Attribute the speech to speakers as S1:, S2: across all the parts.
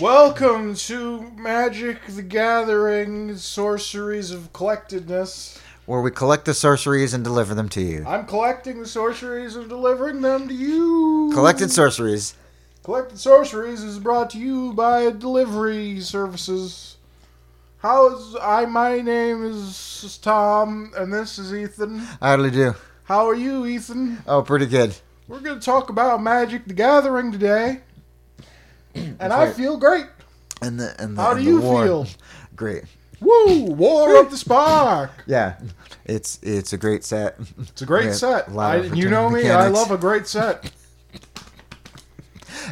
S1: Welcome to Magic the Gathering Sorceries of Collectedness.
S2: where we collect the sorceries and deliver them to you.
S1: I'm collecting the sorceries and delivering them to you.
S2: Collected sorceries.
S1: Collected Sorceries is brought to you by Delivery Services. How's I? My name is Tom, and this is Ethan.
S2: I hardly do.
S1: How are you, Ethan?
S2: Oh, pretty good.
S1: We're going to talk about Magic the Gathering today. And I
S2: right.
S1: feel great.
S2: And the and the,
S1: How
S2: and
S1: do
S2: the
S1: you
S2: war.
S1: feel?
S2: Great.
S1: Woo! War of the Spark.
S2: Yeah, it's it's a great set.
S1: It's a great
S2: Yeah,
S1: set.
S2: a lot
S1: I-
S2: of
S1: you know me,
S2: return
S1: I
S2: mechanics.
S1: love a great set.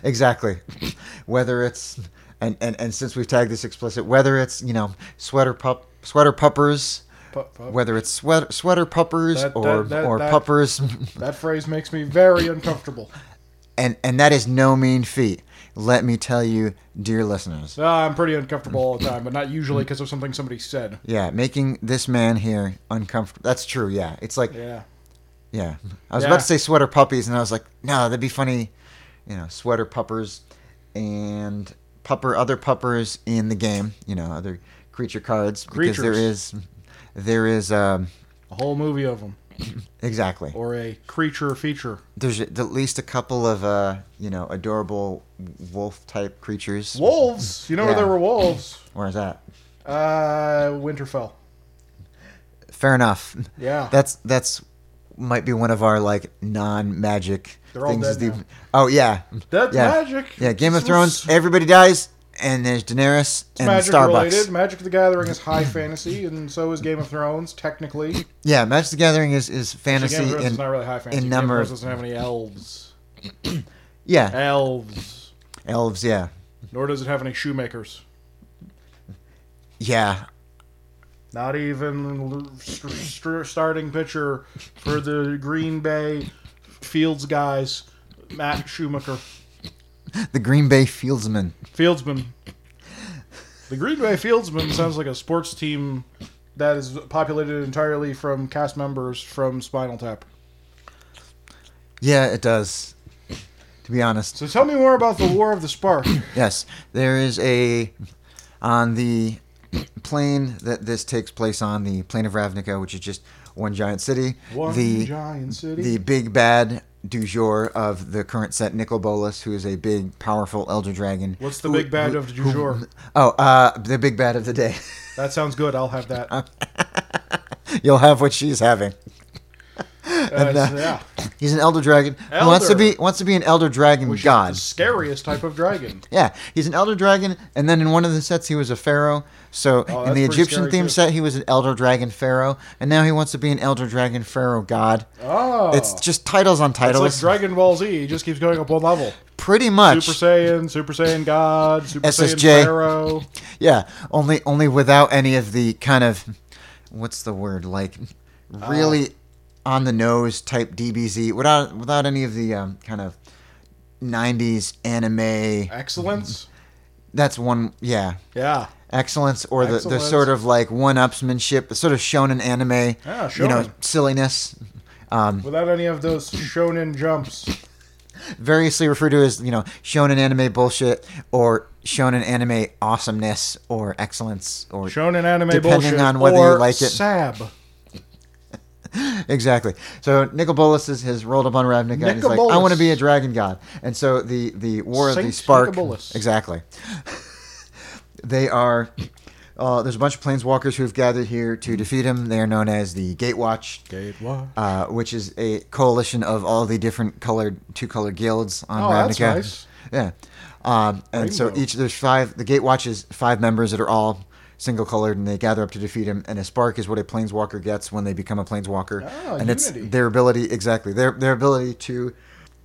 S2: exactly. Whether it's and, and and since we've tagged this explicit, whether it's you know sweater pup sweater puppers,
S1: Pup, pup.
S2: whether it's sweater sweater puppers
S1: That- that-
S2: or
S1: that-
S2: or
S1: that-
S2: puppers,
S1: That phrase makes me very uncomfortable.
S2: and and that is no mean feat. Let me tell you, dear listeners.
S1: Uh, I'm pretty uncomfortable all the time, but not usually because of something somebody said.
S2: Yeah, making this man here uncomfortable. That's true. Yeah, it's like
S1: Yeah.
S2: Yeah. I was
S1: Yeah.
S2: about to say sweater puppies, and I was like, no, that'd be funny. You know, sweater puppers and pupper other puppers in the game. You know, other creature cards because there
S1: Creatures.
S2: is there is um,
S1: A whole movie of them,
S2: exactly
S1: or a creature feature.
S2: there's at least a couple of uh, you know adorable wolf type creatures.
S1: Wolves. You know where
S2: Yeah.
S1: there were wolves?
S2: Where is that?
S1: Uh, Winterfell.
S2: Fair enough.
S1: Yeah.
S2: That's that's might be one of our like non magic
S1: They're all
S2: things. is
S1: dead
S2: the-
S1: now.
S2: Oh yeah,
S1: That's
S2: yeah.
S1: magic.
S2: Yeah, Game of
S1: It's-
S2: Thrones,
S1: it's
S2: everybody dies, and there's Daenerys and
S1: magic
S2: Starbucks.
S1: related. Magic the Gathering is high fantasy, and so is Game of Thrones, technically. Actually,
S2: Yeah, Magic the Gathering is, is
S1: Game of
S2: fantasy
S1: Thrones is
S2: and
S1: not really high fantasy.
S2: in
S1: Game of
S2: number-
S1: Thrones doesn't have any elves.
S2: yeah,
S1: Elves.
S2: elves. Yeah,
S1: Nor does it have any shoemakers.
S2: yeah,
S1: Not even l- st- st- starting pitcher for the Green Bay Fields guys, Matt Schumacher,
S2: the Green Bay Fieldsmen.
S1: Fieldsman. The Green Bay Fieldsman sounds like a sports team that is populated entirely from cast members from Spinal Tap.
S2: Yeah, it does. To be honest,
S1: So tell me more about the War of the Spark.
S2: yes, there is a on the plane that this takes place on the plane of Ravnica, which is just one giant city.
S1: One
S2: the
S1: giant city.
S2: the big bad du jour of the current set, Nicol Bolas, who is a big, powerful elder dragon.
S1: What's the
S2: who-
S1: big bad
S2: who-
S1: of du jour?
S2: Oh, uh, the big bad of the day.
S1: That sounds good. I'll have that. Uh,
S2: You'll have what she's having.
S1: so yeah.
S2: He's an elder dragon. Who wants to
S1: Elder.
S2: be wants to be an elder dragon
S1: Which is
S2: god.
S1: the scariest type of dragon.
S2: Yeah, he's an elder dragon, and then in one of the sets he was a pharaoh.
S1: Oh,
S2: So in the
S1: that's pretty
S2: Egyptian
S1: scary,
S2: themed
S1: too.
S2: set he was an elder dragon pharaoh, and now he wants to be an elder dragon pharaoh god.
S1: Oh.
S2: It's just titles on
S1: It's
S2: titles.
S1: like Dragon Ball Z. He just keeps going up one level.
S2: Pretty much.
S1: Super Saiyan, Super Saiyan God, Super Saiyan
S2: SSJ.
S1: Pharaoh.
S2: Yeah, only only without any of the kind of what's the word like
S1: Uh,
S2: really on the nose type DBZ without without any of the um, kind of 90s anime.
S1: Excellence.
S2: That's one yeah.
S1: Yeah.
S2: Excellence or the, the
S1: Excellence.
S2: sort of like one-upsmanship, the sort of shonen anime,
S1: Yeah,
S2: you know,
S1: shonen.
S2: silliness, um,
S1: Without any of those shonen jumps.
S2: variously referred to as you know shonen anime bullshit or shonen anime awesomeness or excellence or
S1: Shonen anime
S2: Depending
S1: bullshit.
S2: on whether you
S1: or
S2: like it.
S1: Sab.
S2: Exactly. So Nicol Bolas is, has rolled up on Ravnica and he's like,
S1: Nicobolus.
S2: I want to be a dragon god. And so the, the War of the
S1: Saint
S2: Spark.
S1: Nicobolus.
S2: Exactly. they are. Uh, there's a bunch of planeswalkers who've gathered here to defeat him. They are known as the Gatewatch,
S1: Gatewatch.
S2: uh, which is a coalition of all the different colored two color guilds on
S1: Oh, that's
S2: Ravnica.
S1: nice.
S2: Yeah. Um, and so
S1: Rainbow.
S2: each there's five. The Gatewatch is five members that are all single colored, and they gather up to defeat him. And a spark is what a planeswalker gets when they become a planeswalker,
S1: Ah,
S2: and it's
S1: unity.
S2: their ability exactly their their ability to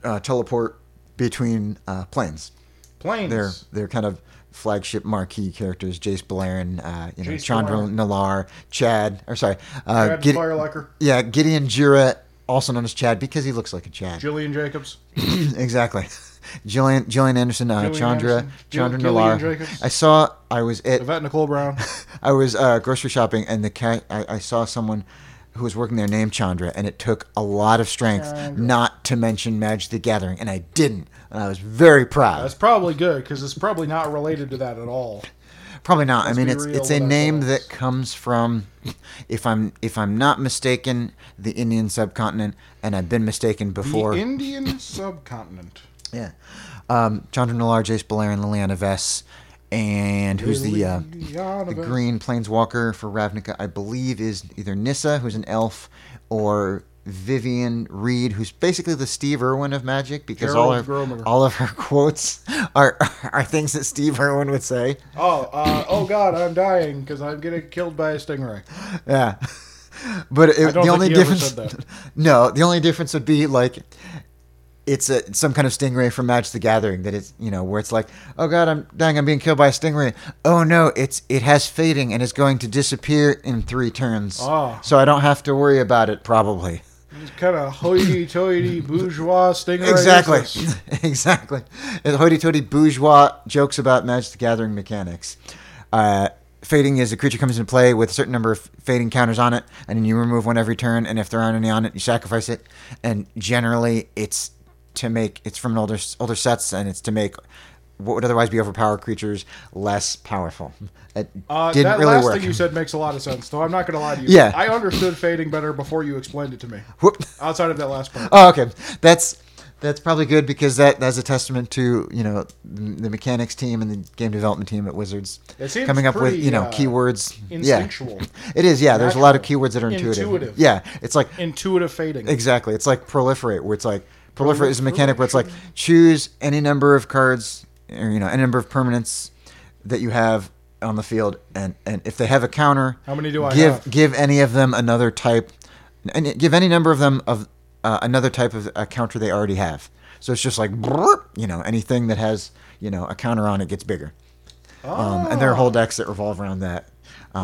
S2: uh, teleport between uh, planes.
S1: Planes.
S2: They're they're kind of flagship marquee characters: Jace Balerion, uh, you know,
S1: Jace
S2: Chandra
S1: Belair.
S2: Nalar, Chad, or sorry, uh,
S1: Brad
S2: Gide-
S1: Firelocker.
S2: yeah, Gideon Jura, also known as Chad, because he looks like a Chad.
S1: Jillian Jacobs.
S2: exactly. Jillian, Jillian Anderson, uh,
S1: Gillian
S2: Chandra,
S1: Anderson. Gil-
S2: Chandra
S1: Gillian
S2: Nalar.
S1: Jacobs.
S2: I saw. I was at.
S1: Yvette Nicole Brown.
S2: I was uh, grocery shopping, and the cat. I, I saw someone who was working there named Chandra, and it took a lot of strength
S1: Chandra.
S2: not to mention Magic the Gathering, and I didn't, and I was very proud.
S1: That's probably good because it's probably not related to that at all.
S2: Probably not. I
S1: let's
S2: mean,
S1: be
S2: it's
S1: real
S2: it's a
S1: with
S2: name
S1: ourselves.
S2: that comes from, if I'm if I'm not mistaken, the Indian subcontinent, and I've been mistaken before.
S1: The Indian subcontinent.
S2: Yeah. Um, Chandra Nalar, Jace Belair, and Liliana Vess. And who's the uh,
S1: Liliana
S2: the
S1: Vess.
S2: green planeswalker for Ravnica? I believe is either Nissa, who's an elf, or Vivian Reed, who's basically the Steve Irwin of magic, because all
S1: Gerald
S2: of
S1: Gromer.
S2: all of her quotes are are things that Steve Irwin would say.
S1: Oh, uh, oh God, I'm dying because I'm getting killed by a stingray.
S2: Yeah. But it,
S1: I don't
S2: the
S1: think
S2: only
S1: he ever
S2: difference,
S1: said that.
S2: no, the only difference would be like it's a some kind of stingray from Magic the Gathering that it's you know where it's like oh god I'm dying I'm being killed by a stingray oh no it's it has fading and it's going to disappear in three turns
S1: Ah.
S2: so I don't have to worry about it probably
S1: It's kind of hoity-toity bourgeois stingray.
S2: exactly
S1: business.
S2: exactly And hoity-toity bourgeois jokes about Magic the Gathering mechanics. Uh, Fading is a creature comes into play with a certain number of fading counters on it, and then you remove one every turn. And if there aren't any on it, you sacrifice it. And generally, it's to make it's from an older older sets, and it's to make what would otherwise be overpowered creatures less powerful. It
S1: Uh,
S2: didn't
S1: that
S2: really
S1: last
S2: work.
S1: thing you said makes a lot of sense, though. I'm not going to lie to you.
S2: Yeah.
S1: I understood fading better before you explained it to me.
S2: Whoop.
S1: Outside of that last part.
S2: Oh, okay. That's that's probably good because that that's a testament to you know the mechanics team and the game development team at Wizards
S1: It seems
S2: coming up with
S1: pretty,
S2: you know
S1: uh,
S2: keywords.
S1: Instinctual.
S2: Yeah, it is. Yeah, there's a lot of
S1: Natural.
S2: keywords that are intuitive.
S1: Intuitive.
S2: Yeah, it's like
S1: Intuitive fading.
S2: exactly. It's like proliferate, where it's like proliferate is a mechanic where it's like choose any number of cards or you know any number of permanents that you have on the field, and and if they have a counter,
S1: How many do I
S2: give
S1: have?
S2: give any of them another type, and give any number of them of uh, another type of a counter they already have. So it's just like brrrt, you know anything that has you know a counter on it gets bigger, um, and there are whole decks that revolve around that. Um,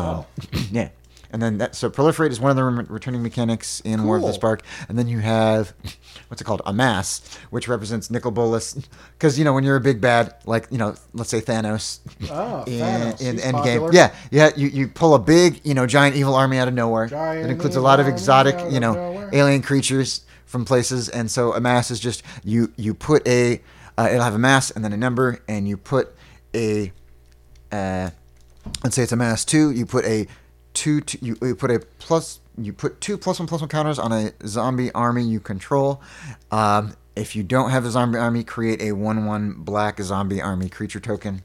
S1: Oh. Wow.
S2: yeah. And then that so proliferate is one of the rem- returning mechanics in War of the
S1: Cool.
S2: Spark, and then you have what's it called, amass, which represents Nicol Bolas, because you know when you're a big bad like you know let's say Thanos
S1: Oh,
S2: in,
S1: Thanos.
S2: in
S1: He's
S2: Endgame,
S1: popular.
S2: yeah, yeah, you, you pull a big you know giant evil army out of nowhere
S1: Giant
S2: that includes a lot of
S1: evil
S2: exotic
S1: army out
S2: you
S1: of
S2: know
S1: nowhere.
S2: alien creatures from places, and so amass is just you you put a uh, it'll have a mass and then a number, and you put a uh, let's say it's a mass two. You put a two, two you, you put a plus. You put two plus one plus one counters on a zombie army you control. Um, if you don't have a zombie army, create a one one black zombie army creature token.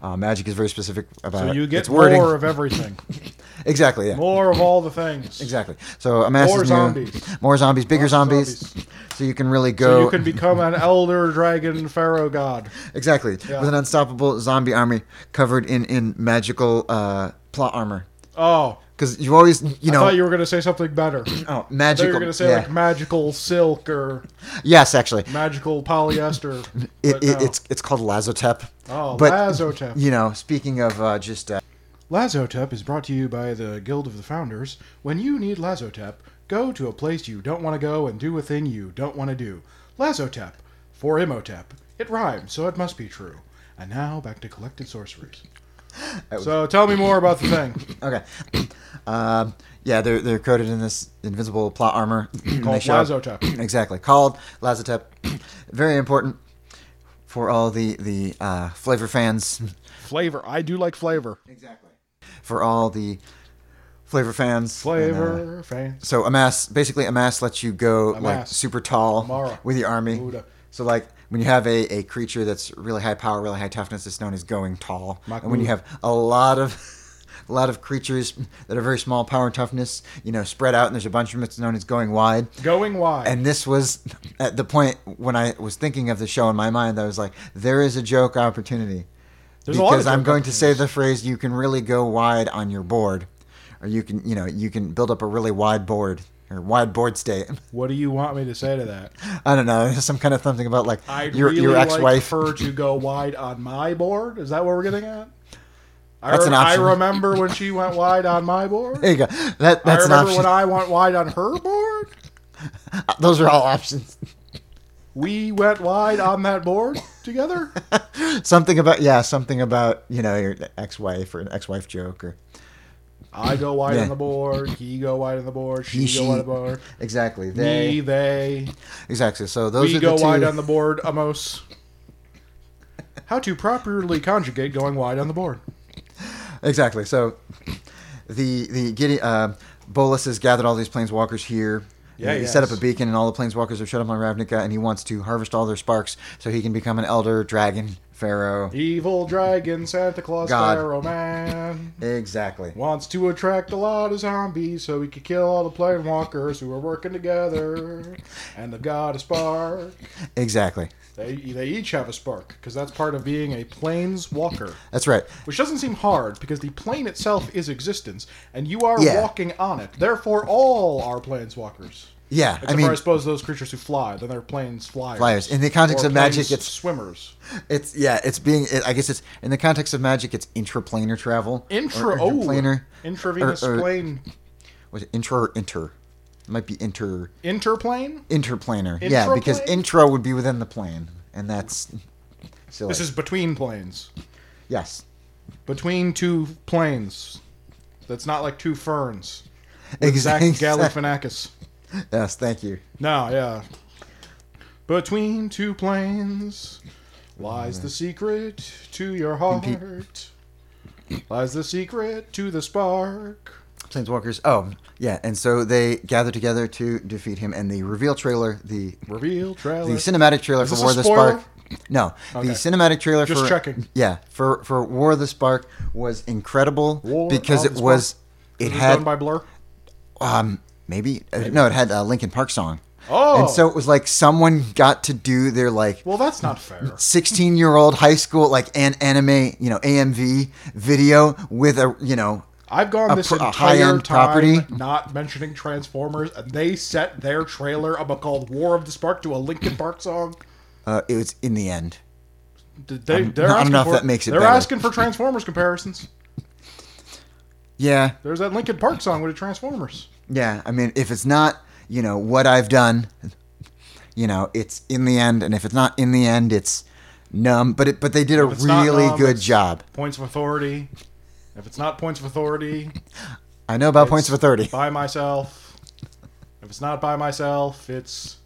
S2: Uh, Magic is very specific about
S1: So you
S2: its
S1: get more
S2: wording.
S1: of everything.
S2: exactly, yeah,
S1: More of all the things.
S2: exactly. So a mass
S1: More
S2: is new.
S1: zombies.
S2: more zombies, bigger
S1: More
S2: zombies.
S1: zombies.
S2: So you can really
S1: So
S2: go
S1: you can become an elder dragon pharaoh god.
S2: exactly
S1: Yeah.
S2: with an unstoppable zombie army covered in in magical uh, plot armor.
S1: Oh,
S2: Because you always, you know,
S1: I thought you were going to say something better. I
S2: Oh,
S1: thought you
S2: magical.
S1: were going to say
S2: yeah.
S1: like magical silk or
S2: yes, actually,
S1: magical polyester.
S2: it,
S1: but
S2: it,
S1: no.
S2: it's it's called Lazotep.
S1: Oh,
S2: but
S1: Lazotep.
S2: you know, speaking of uh, just uh,
S1: Lazotep is brought to you by the Guild of the Founders. When you need Lazotep, go to a place you don't want to go and do a thing you don't want to do. Lazotep for Imhotep. It rhymes, so it must be true. And now back to collected sorceries.
S2: That was-
S1: So tell me more about the thing
S2: okay, um, yeah, they're they're coated in this invisible plot armor And they
S1: called
S2: show up-
S1: Lazotep.
S2: exactly called Lazotep. Very important for all the the uh, flavor fans.
S1: Flavor. I do like flavor.
S2: Exactly. For all the flavor fans. and, uh,
S1: Flavor fans.
S2: So a mass, basically a mass lets you go like
S1: mass.
S2: super tall
S1: Amara.
S2: with your army.
S1: Buddha.
S2: So like when you have a, a creature that's really high power, really high toughness, it's known as going tall.
S1: Makmur.
S2: And when you have a lot of a lot of creatures that are very small power and toughness, you know, spread out, and there's a bunch of them that's known as going wide.
S1: Going wide.
S2: And this was at the point when I was thinking of the show in my mind. I was like, there is a joke opportunity
S1: There's a lot of
S2: because I'm
S1: joke
S2: going to say the phrase, "You can really go wide on your board," or you can, you know, you can build up a really wide board or wide board state.
S1: what do you want me to say to that?
S2: I don't know, some kind of something about like
S1: I'd
S2: your
S1: really
S2: your
S1: like
S2: ex-wife.
S1: for her to go wide on my board. Is that what we're getting at? I,
S2: That's
S1: re-
S2: an option.
S1: I remember when she went wide on my board.
S2: There you go. That
S1: I
S2: that's an
S1: remember
S2: option.
S1: when I went wide on her board.
S2: Those are all options.
S1: We went wide on that board together.
S2: something about yeah, something about you know your ex-wife or an ex-wife joke or
S1: I go white
S2: Yeah.
S1: on the board. He go white on the board. She,
S2: He,
S1: go white
S2: she.
S1: on the board.
S2: Exactly. They.
S1: Me, they,
S2: Exactly. So those
S1: we
S2: are
S1: go
S2: the two.
S1: wide on the board, Amos. How to properly conjugate going wide on the board.
S2: Exactly. So the the Gide- uh, Bolus has gathered all these planeswalkers here.
S1: Yeah,
S2: he
S1: yes.
S2: set up a beacon, and all the planeswalkers have shut up on Ravnica, and he wants to harvest all their sparks so he can become an elder, dragon, pharaoh.
S1: Evil dragon, Santa Claus,
S2: God.
S1: Pharaoh man.
S2: Exactly.
S1: Wants to attract a lot of zombies so he could kill all the planewalkers who are working together. And they've got a spark.
S2: Exactly.
S1: They, they each have a spark because that's part of being a planeswalker,
S2: That's right.
S1: which doesn't seem hard because the plane itself is existence and you are
S2: Yeah.
S1: walking on it. Therefore, all are planeswalkers.
S2: Yeah.
S1: Except
S2: I mean,
S1: for, I suppose, those creatures who fly. Then they're planes flyers.
S2: flyers. In the context
S1: Or
S2: of magic,
S1: planes
S2: it's
S1: swimmers.
S2: it's yeah, it's being. It, I guess it's in the context of magic, it's intraplanar travel. or
S1: Intra oh.
S2: interplanar.
S1: Intravenous
S2: or- or-
S1: plane.
S2: Was it intra or inter? It might be inter.
S1: Interplane?
S2: Interplanar. Yeah, because
S1: Intraplane?
S2: intra would be within the plane, and that's silly.
S1: This is between planes.
S2: yes.
S1: Between two planes. That's not like two ferns. Zach
S2: Exactly.
S1: Galifianakis.
S2: Yes, thank you.
S1: No, yeah. Between two planes lies the secret to your heart. Lies the secret to the spark.
S2: Planeswalkers. Oh, yeah. And so they gather together to defeat him, and the reveal trailer, the
S1: Reveal
S2: the
S1: trailer.
S2: cinematic trailer
S1: Is
S2: for
S1: this a
S2: War of the
S1: spoiler?
S2: Spark. No,
S1: Okay.
S2: the cinematic trailer
S1: Just
S2: for
S1: checking.
S2: yeah for for War of the Spark was incredible
S1: War
S2: because
S1: of
S2: it
S1: the
S2: was it
S1: Is this
S2: had
S1: done by Blur.
S2: um maybe, uh, no it had a Linkin Park song.
S1: Oh.
S2: and so it was like someone got to do their like
S1: Well, that's not fair.
S2: 16 year old high school like an anime you know AMV video with a you know
S1: I've gone
S2: a
S1: this
S2: pr- a
S1: entire time
S2: high-end property?
S1: not mentioning Transformers, and they set their trailer up called "War of the Spark" to a Linkin Park song.
S2: uh, it was in the end.
S1: Did They, they're
S2: I don't
S1: asking
S2: know if
S1: for,
S2: that makes it
S1: They're
S2: better.
S1: asking for Transformers comparisons.
S2: Yeah,
S1: There's that Linkin Park song with the Transformers.
S2: Yeah, I mean, if it's not, you know, what I've done, you know, it's in the end, and if it's not in the end, it's numb. But it, but they did a
S1: it's not
S2: really
S1: numb,
S2: good
S1: it's-
S2: job.
S1: Points of Authority. If it's not Points of Authority,
S2: I know about points of
S1: it's
S2: authority.
S1: By myself. If it's not by myself, it's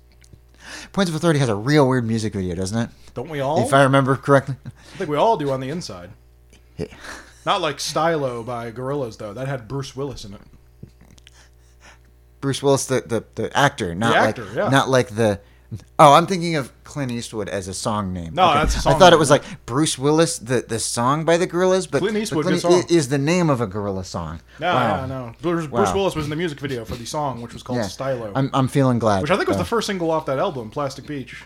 S2: Points of authority has a real weird music video, doesn't it?
S1: don't we all?
S2: If I remember correctly.
S1: I think we all do on the inside.
S2: Yeah.
S1: Not like Stylo by Gorillaz though. That had Bruce Willis in it.
S2: Bruce Willis, the, the, the actor, not
S1: actor,
S2: like
S1: yeah.
S2: not like the. Oh, I'm thinking of Clint Eastwood as a song name.
S1: No, that's a
S2: I
S1: song
S2: thought
S1: name,
S2: it was like Bruce Willis, the, the song by the Gorillas, but
S1: Clint
S2: but
S1: Eastwood,
S2: Clint
S1: good song.
S2: is the name of a gorilla song.
S1: No,
S2: Wow.
S1: yeah, no. Bruce, Bruce
S2: Wow.
S1: Willis was in the music video for the song, which was called
S2: Yeah.
S1: Stylo,
S2: I'm, I'm feeling glad.
S1: which I think was
S2: Uh,
S1: the first single off that album, Plastic Beach.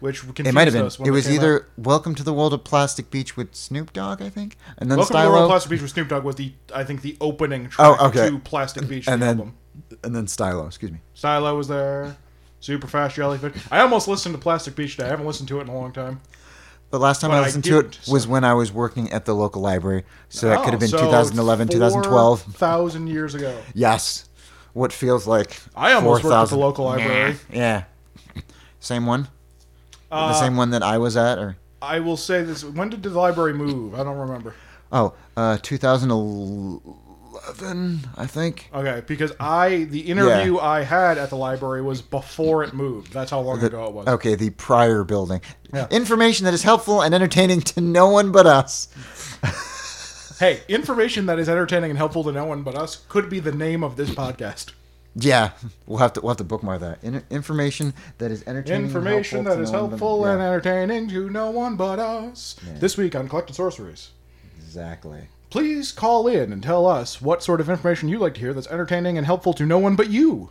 S1: Which confused
S2: It might have been.
S1: Us when
S2: It
S1: they
S2: was
S1: came
S2: either
S1: out.
S2: Welcome to the World of Plastic Beach with Snoop Dogg, I think, and then
S1: Welcome to the World of
S2: Stylo,
S1: Plastic Beach with Snoop Dogg was the I think the opening track
S2: Oh, okay.
S1: to Plastic Beach
S2: and
S1: the
S2: then
S1: album.
S2: and then Stylo. Excuse me.
S1: Stylo was there. Super fast jellyfish. I almost listened to Plastic Beach today. I haven't listened to it in a long time.
S2: The last time
S1: But
S2: I
S1: I
S2: listened to it
S1: didn't,
S2: was when I was working at the local library, so that could have been
S1: Oh, so
S2: 2011, 2012.
S1: Thousand years ago.
S2: Yes, what feels like
S1: I almost worked at the
S2: 4,000.
S1: local library.
S2: Yeah, same one,
S1: Uh,
S2: the same one that I was at, or
S1: I will say this. When did the library move? I don't remember.
S2: oh, uh, 2011, I think.
S1: Okay, because I the interview I had at the library was before it moved. That's how long ago it was.
S2: Okay, the prior building.
S1: Yeah.
S2: Information that is helpful and entertaining to no one but us.
S1: Hey, information that is entertaining and helpful to no one but us could be the name of this podcast.
S2: Yeah, we'll have to we'll have to bookmark that. In- information that is entertaining.
S1: Information
S2: and
S1: that is helpful
S2: to no one
S1: and
S2: but-
S1: entertaining to no one but us.
S2: Yeah.
S1: This week on Collected Sorceries.
S2: yeah, exactly.
S1: Please call in and tell us what sort of information you like to hear that's entertaining and helpful to no one but you.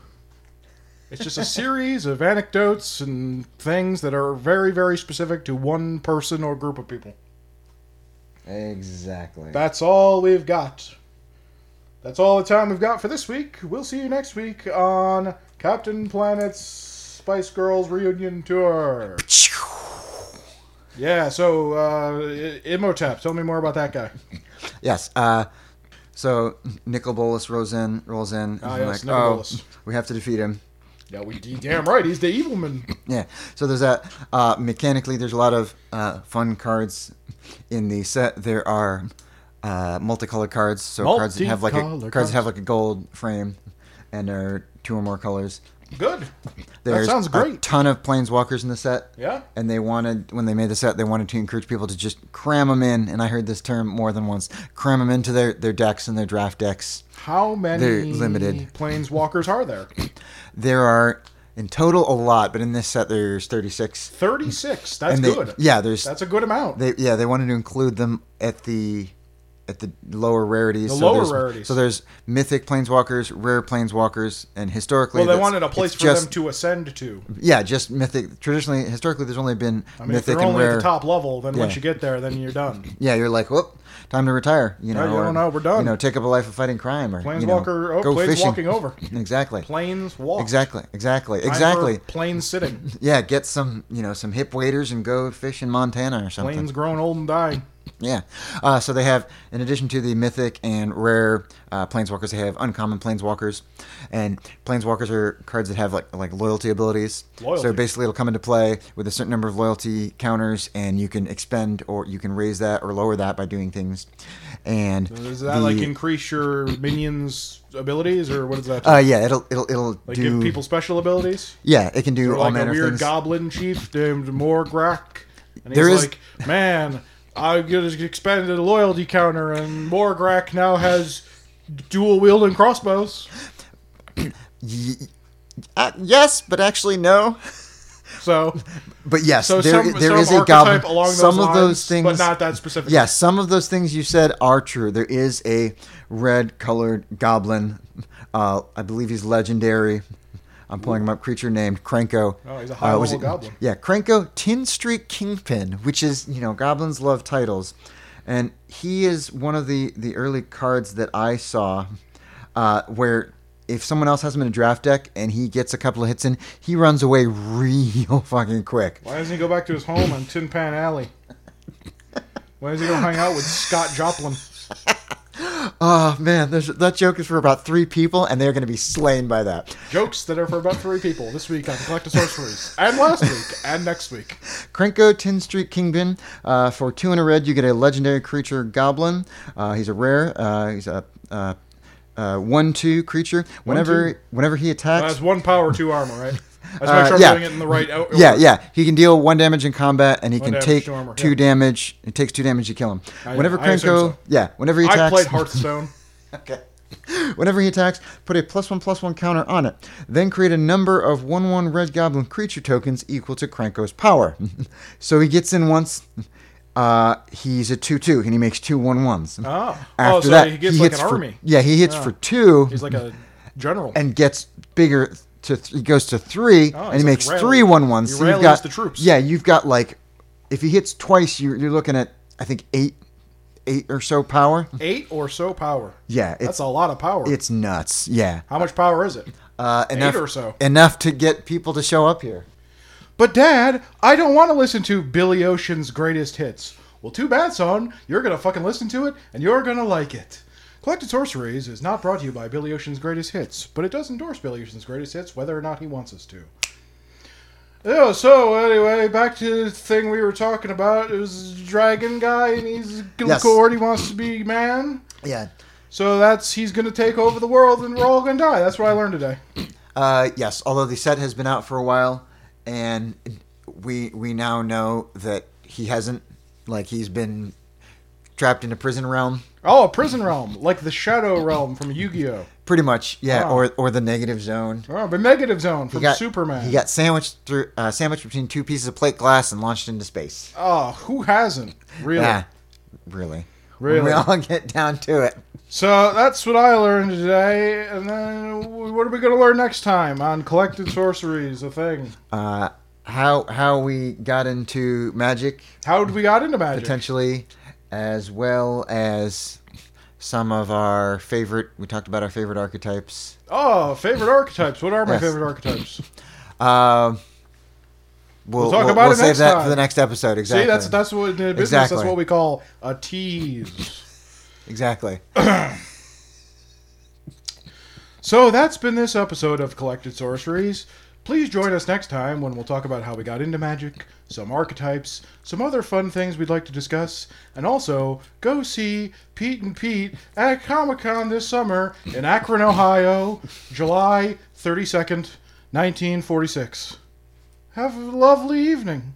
S1: It's just a series of anecdotes and things that are very, very specific to one person or group of people.
S2: Exactly.
S1: That's all we've got. That's all the time we've got for this week. We'll see you next week on Captain Planet's Spice Girls Reunion Tour. Yeah, so uh, I- Imhotep, tell me more about that guy.
S2: yes. Uh, so Nicol Bolas rolls in, rolls in.
S1: Ah,
S2: and
S1: yes, Nicol Bolas.
S2: we have to defeat him.
S1: Yeah, we he damn right. He's the evil man.
S2: Yeah. So there's that. Uh, mechanically, there's a lot of uh, fun cards in the set. There are uh, multicolored cards, so cards that have like a,
S1: Multicolored
S2: cards, that have like a gold frame and are two or more colors.
S1: Good.
S2: There's
S1: sounds
S2: a
S1: great.
S2: ton of planeswalkers in the set.
S1: Yeah.
S2: And they wanted when they made the set, they wanted to encourage people to just cram them in. And I heard this term more than once: cram them into their their decks and their draft decks.
S1: How many
S2: They're limited.
S1: planeswalkers are there?
S2: There are in total a lot, but in this set there's 36.
S1: 36. That's
S2: and they,
S1: good.
S2: Yeah, there's
S1: That's a good amount.
S2: they yeah they wanted to include them at the at the lower rarities.
S1: The lower
S2: there's-
S1: rarities.
S2: So there's mythic planeswalkers, rare planeswalkers, and historically,
S1: well, they
S2: that's-
S1: wanted a
S2: it's
S1: place for
S2: just,
S1: them to ascend to.
S2: Yeah, just mythic. Traditionally, historically, there's only been
S1: I mean, if
S2: mythic
S1: they're
S2: and
S1: only at
S2: rare.
S1: the top level, then once
S2: Yeah.
S1: you get there, then you're done.
S2: Yeah, you're like, whoop, time to retire. You know,
S1: you
S2: or,
S1: don't know, we're done.
S2: You know, take up a life of fighting crime or you know,
S1: Planeswalker- oh,
S2: go
S1: planes
S2: fishing.
S1: walking over.
S2: exactly.
S1: Planes walk.
S2: Exactly. Exactly.
S1: Time for
S2: Exactly.
S1: Planes sitting.
S2: Yeah, get some you know some hip waders and go fish in Montana or something.
S1: Planes grown old and dying.
S2: Yeah. Uh, so they have, in addition to the mythic and rare uh, planeswalkers, they have uncommon planeswalkers, and planeswalkers are cards that have like like loyalty abilities.
S1: Loyalty.
S2: So basically, it'll come into play with a certain number of loyalty counters, and you can expend or you can raise that or lower that by doing things. And
S1: Does that
S2: the-
S1: like increase your minions' abilities, or what does that? Do?
S2: Uh, yeah, it'll it'll it'll
S1: like
S2: do.
S1: give people special abilities?
S2: yeah, it can do
S1: Or
S2: all
S1: like a
S2: manner of
S1: weird
S2: things.
S1: goblin chief named Morgrak, and
S2: There
S1: he's
S2: is-
S1: like, "Man, I just expanded a loyalty counter, and Morgrak now has dual wielding crossbows."
S2: Y- uh, yes, but actually no.
S1: So,
S2: But yes,
S1: so
S2: there,
S1: some,
S2: there
S1: some
S2: is a
S1: archetype
S2: goblin.
S1: along those
S2: some
S1: lines,
S2: of those things,
S1: but not that specific.
S2: Yeah, some of those things you said are true. There is a red colored goblin. Uh, I believe he's legendary. I'm pulling him up. Creature named Krenko. Uh,
S1: Oh, he's a high
S2: was
S1: level goblin.
S2: Yeah, Krenko Tin Street Kingpin, which is you know goblins love titles, and he is one of the the early cards that I saw, uh, where. If someone else has him in a draft deck and he gets a couple of hits in, he runs away real fucking quick.
S1: Why doesn't he go back to his home on Tin Pan Alley? Why does he go hang out with Scott Joplin?
S2: Oh man, there's, that joke is for about three people, and they're going to be slain by that.
S1: Jokes that are for about three people this week on Collector Sorceries, and last week, and next week.
S2: Krenko Tin Street Kingpin. Uh, for two and a red, you get a legendary creature goblin. Uh, he's a rare. Uh, he's a uh, uh, one-two creature. Whenever whenever he attacks,
S1: That's one power, two armor, right? Let's make
S2: Uh,
S1: sure I'm
S2: yeah.
S1: doing it in the right. o-
S2: yeah,
S1: order.
S2: yeah, he can deal one damage in combat, and he
S1: One
S2: can
S1: damage
S2: take
S1: to armor,
S2: two
S1: yeah.
S2: damage. It takes two damage to kill him.
S1: I-
S2: whenever
S1: I assume
S2: Krenko,
S1: so.
S2: yeah, whenever he
S1: I
S2: attacks,
S1: played Hearthstone.
S2: Okay. Whenever he attacks, put a plus one plus one counter on it. Then create a number of one one red goblin creature tokens equal to Krenko's power. so he gets in once. Uh, he's a two two, and he makes two one ones.
S1: Oh. Oh,
S2: After
S1: so
S2: that,
S1: he gets like an
S2: for,
S1: army.
S2: Yeah, he hits for two
S1: He's like a general.
S2: and gets bigger. To th- he goes to three,
S1: Oh,
S2: and
S1: he's
S2: he
S1: like
S2: makes
S1: rally-
S2: three one ones.
S1: he
S2: So you've
S1: rallies
S2: got
S1: the troops.
S2: Yeah, you've got like, if he hits twice, you're, you're looking at I think eight, eight or so power.
S1: Eight or so power.
S2: Yeah, it's
S1: That's a lot of power.
S2: it's nuts. Yeah.
S1: How much power is it?
S2: Uh, enough,
S1: or so.
S2: Enough to get people to show up here.
S1: But Dad, I don't want to listen to Billy Ocean's greatest hits. Well, too bad, son. You're gonna fucking listen to it, and you're gonna like it. Collected Sorceries is not brought to you by Billy Ocean's Greatest Hits, but it does endorse Billy Ocean's Greatest Hits, whether or not he wants us to. Yeah, so anyway, back to the thing we were talking about. It was the dragon guy, and he's Glucord. He wants to be man.
S2: Yeah.
S1: So that's he's gonna take over the world, and we're all gonna die. That's what I learned today.
S2: Uh, yes. Although the set has been out for a while, and we we now know that he hasn't, like he's been trapped in a prison realm,
S1: Oh, a prison realm, like the Shadow Realm from Yu-Gi-Oh.
S2: pretty much. Yeah.
S1: Oh.
S2: Or or the negative zone.
S1: Oh, the negative zone
S2: He
S1: from
S2: got
S1: Superman.
S2: He got sandwiched through uh, sandwiched between two pieces of plate glass and launched into space.
S1: oh, who hasn't? Really?
S2: Yeah. Really. When
S1: Really?
S2: we all get down to it.
S1: So that's what I learned today. And then w- what are we going to learn next time on Collected Sorceries, a thing?
S2: Uh, how how we got into magic
S1: How did we got into magic?
S2: potentially, as well as some of our favorite. We talked about our favorite archetypes.
S1: Oh, favorite archetypes. What are my
S2: Yes.
S1: favorite archetypes?
S2: Um, we'll,
S1: We'll talk about it
S2: save
S1: next
S2: that
S1: time.
S2: for the next episode. Exactly.
S1: See, that's that's what in business. That's
S2: Exactly.
S1: what we call a tease.
S2: exactly.
S1: So that's been this episode of Collected Sorceries. Please join us next time when we'll talk about how we got into magic, some archetypes, some other fun things we'd like to discuss, and also go see Pete and Pete at Comic Con this summer in Akron, Ohio, July 32nd, 1946. Have a lovely evening.